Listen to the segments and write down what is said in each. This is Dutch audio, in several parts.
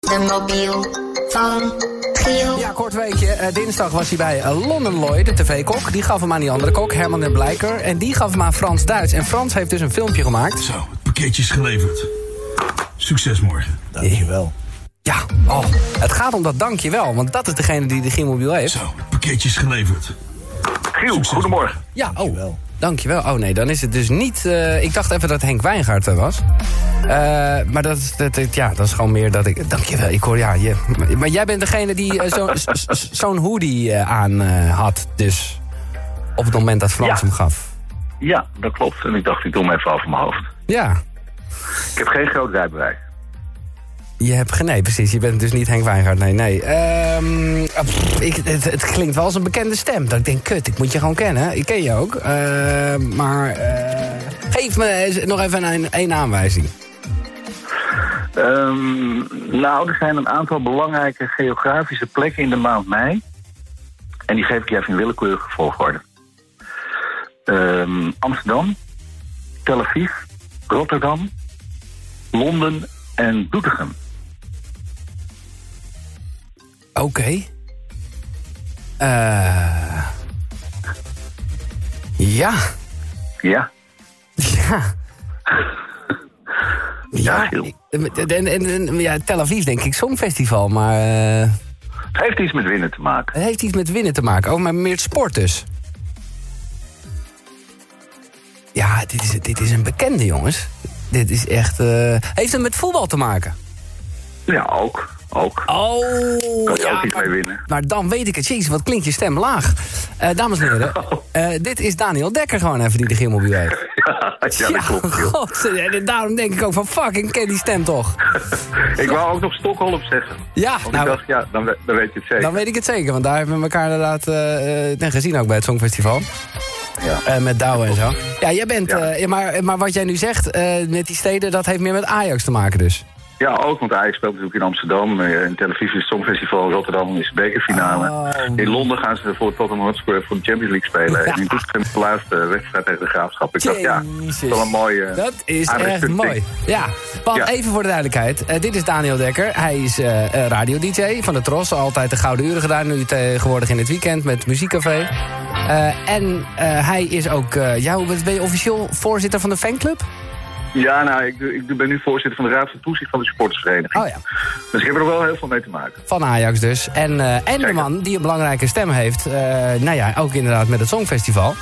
de mobiel van Giel. Ja, kort weekje. Eh, dinsdag was hij bij eh, London Lloyd, de tv-kok. Die gaf hem aan die andere kok, Herman den Blijker. En die gaf hem aan Frans Duits. En Frans heeft dus een filmpje gemaakt. Zo, het pakketje is geleverd. Succes morgen. Dankjewel. Ja, oh. Het gaat om dat dankjewel, want dat is degene die de Gielmobiel heeft. Zo, het pakketje is geleverd. Giel, goedemorgen. Ja, oh. Dankjewel. Dankjewel. Oh nee, dan is het dus niet... eh, ik dacht even dat Henk Wijngaard er was. Eh, maar dat, is- dat, dat- ja, dat is gewoon meer dat ik... Dankjewel, ik hoor... Ja, je, maar jij bent degene die eh, zo- s- s- zo'n hoodie eh, aan eh, had, dus. Op het moment dat Frans Ja. hem gaf. Ja, dat klopt. En ik dacht, ik doe hem even over mijn hoofd. Ja, Ik heb geen groot rijbewijs. je hebt... ge- Nee, precies. Je bent dus niet Henk Wijngaard. Nee, nee. Ehm, ah, pff, ik, het, het klinkt wel als een bekende stem. Dat ik denk, kut, ik moet je gewoon kennen. Ik ken je ook. Eh, maar eh, geef me eens nog even een, een aanwijzing. Ehm, nou, er zijn een aantal belangrijke geografische plekken in de maand mei. En die geef ik je even in willekeurige volgorde. Ehm, Amsterdam, Tel Aviv, Rotterdam, Londen en Doetinchem. Oké. Eh, ja. Ja, Ja. Ja, Giel. ik- en, en, en- ja, Tel Aviv denk ik, Songfestival, maar eh, het heeft iets met winnen te maken. het heeft iets met winnen te maken. Oh, maar meer sport dus. Ja, dit is, dit is een bekende, jongens. Dit is echt... eh, heeft het met voetbal te maken? Ja, ook. Ook. Oh, Kan je ook iets maar, mee winnen. maar dan weet ik het. Jezus, wat klinkt je stem laag. Eh, dames en heren, Oh. eh, dit is Daniel Dekker gewoon even die de Gimmelbuur heeft. ja, dat klopt. Giel. god, en daarom denk ik ook van fuck, ik ken die stem toch. Ik wou ook nog Stockholm zeggen. Ja, Want ik nou, dacht, ja, dan, we- dan weet je het zeker. dan weet ik het zeker. Want daar hebben we elkaar inderdaad eh, eh, net gezien ook bij het Songfestival. Ja. Eh, met Douwe en zo. Ja, jij bent, Ja. eh, ja, maar, maar wat jij nu zegt eh, met die steden, dat heeft meer met Ajax te maken dus. Ja, ook, want Ajax speelt natuurlijk in Amsterdam. eh, In Tel Aviv is het Songfestival, in Rotterdam is de bekerfinale. Oh. In Londen gaan ze voor Tottenham Hotspur voor de Champions League spelen. En in Toetsen de laatste wedstrijd tegen de Graafschap. Ik dacht, ja, dat is Jezus. wel een mooie... eh, Dat is aardig echt stuk mooi. ding. Ja, want Ja. even voor de duidelijkheid. eh, dit is Daniel Dekker. Hij is eh, radio-dj van de Tros. Altijd de Gouden Uren gedaan. Nu tegenwoordig in het weekend met Muziekcafé. Eh, en eh, hij is ook... eh jou, ben je officieel voorzitter van de fanclub? Ja, nou, ik, doe- ik ben nu voorzitter van de Raad van Toezicht van de Sportsvereniging. Oh ja, Dus ik heb er wel heel veel mee te maken. van Ajax dus. En, eh, en de Zeker. man die een belangrijke stem heeft. eh, nou ja, ook inderdaad met het Songfestival.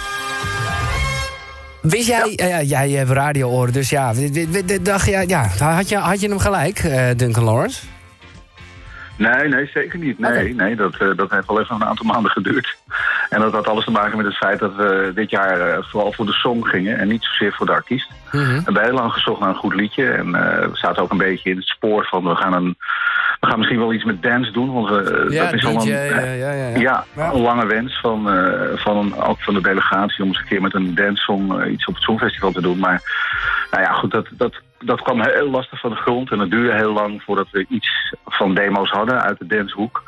Wist jij, eh, ja. ja, jij hebt radiooren, dus ja, dit- dit- dit- dit dacht, je- ja had, je, had je hem gelijk, eh, Duncan Lawrence? Nee, nee, zeker niet. Nee, Oké. nee dat, eh, dat heeft wel even een aantal maanden geduurd. En dat had alles te maken met het feit dat we dit jaar eh, vooral voor de song gingen en niet zozeer voor de artiest. Mhm. We hebben heel lang gezocht naar een goed liedje. En eh, we zaten ook een beetje in het spoor van we gaan, een, we gaan misschien wel iets met dance doen. Want we, Ja, dat is al DJ, een, eh, ja, ja, ja. ja, Ja. een lange wens van, eh, van een, ook van de delegatie om eens een keer met een dancesong eh, iets op het Songfestival te doen. Maar nou ja, goed, dat, dat, dat kwam heel lastig van de grond en het duurde heel lang voordat we iets van demo's hadden uit de dancehoek.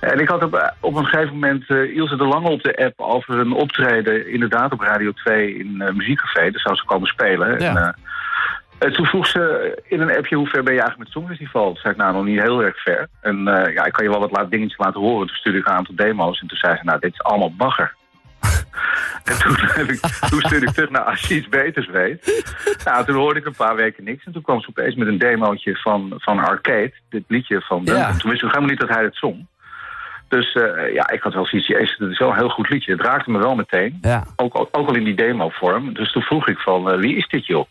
En ik had op, op een gegeven moment eh, Ilse de Lange op de app over een optreden inderdaad op Radio 2 in eh, Muziekcafé. Daar zou ze komen spelen. Ja. En, eh, en toen vroeg ze in een appje hoe ver ben je eigenlijk met het Songfestival? Toen zei ik nou nog niet heel erg ver. En eh, ja, ik kan je wel wat laat dingetjes laten horen. Toen stuurde ik haar een aantal demo's en toen zei ze nou dit is allemaal bagger. en toen, heb ik, toen stuurde ik terug naar als je iets beters weet. Nou, toen hoorde ik een paar weken niks. En toen kwam ze opeens met een demootje van, van Arcade. Dit liedje van Duncan. Ja. Toen wist ik helemaal niet dat hij het zong. Dus eh, ja, ik had wel zoiets. Jezus, dat is wel een heel goed liedje. Het raakte me wel meteen. Ja. Ook, ook, ook al in die demo-vorm. Dus toen vroeg ik van, eh, wie is dit joh?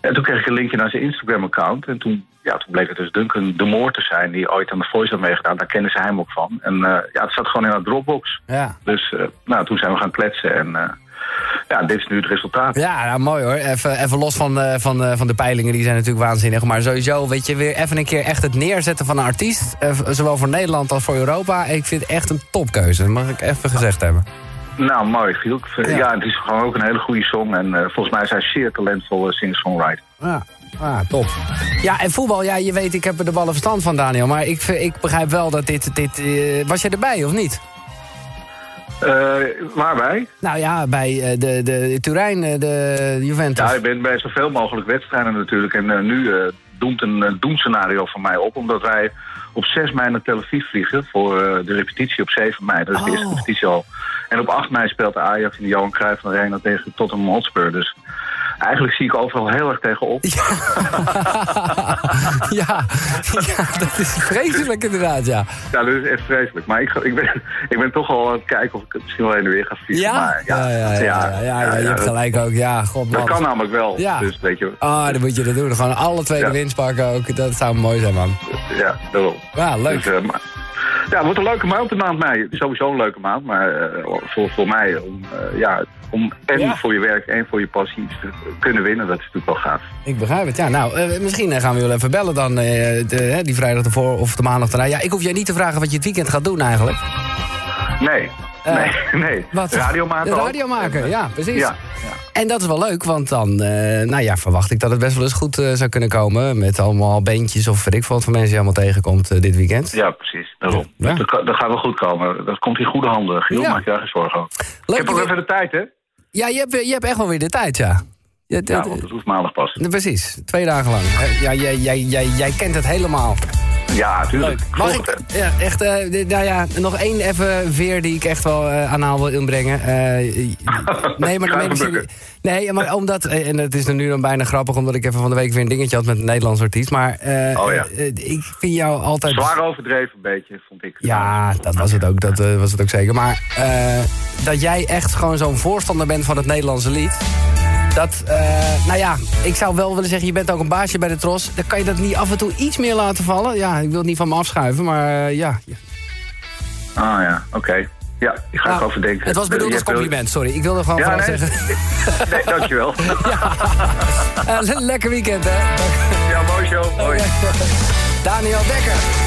En toen kreeg ik een linkje naar zijn Instagram-account. En toen, ja, toen bleek het dus Duncan de Moor te zijn... die ooit aan de Voice had meegedaan. Daar kennen ze hem ook van. En eh, ja, het zat gewoon in haar Dropbox. Ja. Dus eh, nou, toen zijn we gaan kletsen. En eh, ja, dit is nu het resultaat. Ja, nou, mooi hoor. Even, even los van, eh, van, eh, van de peilingen, die zijn natuurlijk waanzinnig. Maar sowieso, weet je, weer even een keer echt het neerzetten van een artiest. eh, v- zowel voor Nederland als voor Europa. Ik vind het echt een topkeuze, dat mag ik even gezegd hebben. Nou, mooi, Giel. Ik vind- Ja. Ja. het is gewoon ook een hele goede song. En eh, volgens mij is hij zeer talentvol uh, singer-songwriter. Ja, ah, top. Ja, en voetbal, ja, je weet, ik heb er de ballen verstand van, Daniel. Maar ik, v- ik begrijp wel dat dit... dit eh, was jij erbij, of niet? Eh, waarbij? Nou ja, bij eh, de, de Turijn, eh, de Juventus. Ja, ik ben bij zoveel mogelijk wedstrijden natuurlijk. En eh, nu eh, doemt een eh, doemscenario van mij op. Omdat wij op 6 mei naar Tel Aviv vliegen voor eh, de repetitie op 7 mei. Dat is de Oh. eerste repetitie al. En op 8 mei speelt Ajax in de Johan Cruijff Arena tegen Tottenham Hotspur. Dus eigenlijk zie ik overal heel erg tegenop. ja, ja, dat is vreselijk inderdaad, ja. Ja, dat is echt vreselijk. Maar ik, ga- ik, ben, ik ben toch al aan het kijken of ik het misschien wel heen en weer ga fietsen. Ja? Maar, Ja, ja, ja, ja, ja, ja, je hebt dat- gelijk ook. Ja, god Dat man. kan namelijk wel. Ja. Dus weet je, Ah, dan moet je dat doen. Gewoon alle twee de Ja. winst pakken ook. Dat zou mooi zijn, man. ja, daarom. Ja, leuk. Dus, eh, maar- ja, het wordt een leuke maand, de maand mei. Sowieso een leuke maand, maar eh, voor, voor mij, om, eh, ja, om en voor je werk en voor je passie iets te kunnen winnen, dat is natuurlijk wel gaaf. Ik begrijp het, ja. Nou, eh, misschien eh, gaan we wel even bellen dan eh, de- hè, die vrijdag ervoor of de maandag daarna. Ja, ik hoef jij niet te vragen wat je het weekend gaat doen eigenlijk. Nee, Eh, nee, nee. Wat? Radio maken De ook. radio maken, ja, precies. Ja, En dat is wel leuk, want dan eh, nou ja, verwacht ik dat het best wel eens goed eh, zou kunnen komen... met allemaal bandjes of weet ik veel wat voor mensen je allemaal tegenkomt eh, dit weekend. ja, precies. Daarom. Ja. Dat, kan- dat gaat wel goed komen. Dat komt in goede handen. Giel, Ja. maak je daar geen zorgen over. Ik Leuk, heb ook dat- even de tijd, hè? Ja, je hebt, je hebt echt wel weer de tijd, ja. Ja, dat- Ja, want het hoeft maandag pas. eh, precies, twee dagen lang. Eh, Ja, jij, jij, jij, jij kent het helemaal. Ja, tuurlijk. Mag Klopt, hè. ik? Ja, echt, eh, d- nou ja, nog één even weer die ik echt wel eh, aan haal wil inbrengen. Eh, eh, nee, maar Ga dan even mensen, bukken. Nee, maar omdat, eh, en het is dan nu dan bijna grappig, omdat ik even van de week weer een dingetje had met een Nederlands artiest. Maar eh, Oh ja. eh, ik vind jou altijd. Zwaar overdreven een beetje, vond ik. Ja, dat was het ook, dat eh, was het ook zeker. Maar eh, dat jij echt gewoon zo'n voorstander bent van het Nederlandse lied. Dat, eh, nou ja, ik zou wel willen zeggen, je bent ook een baasje bij de Tros. Dan kan je dat niet af en toe iets meer laten vallen. Ja, ik wil het niet van me afschuiven, maar eh, ja. Ah ja, oké. Ja, ik ga Nou, ik over denken. Het was bedoeld Je als hebt wel- compliment, sorry. Ik wilde gewoon Ja, graag nee. zeggen. Nee, dankjewel. Eh, lekker weekend, hè. ja, mooi show. Hoi. Daniel Dekker.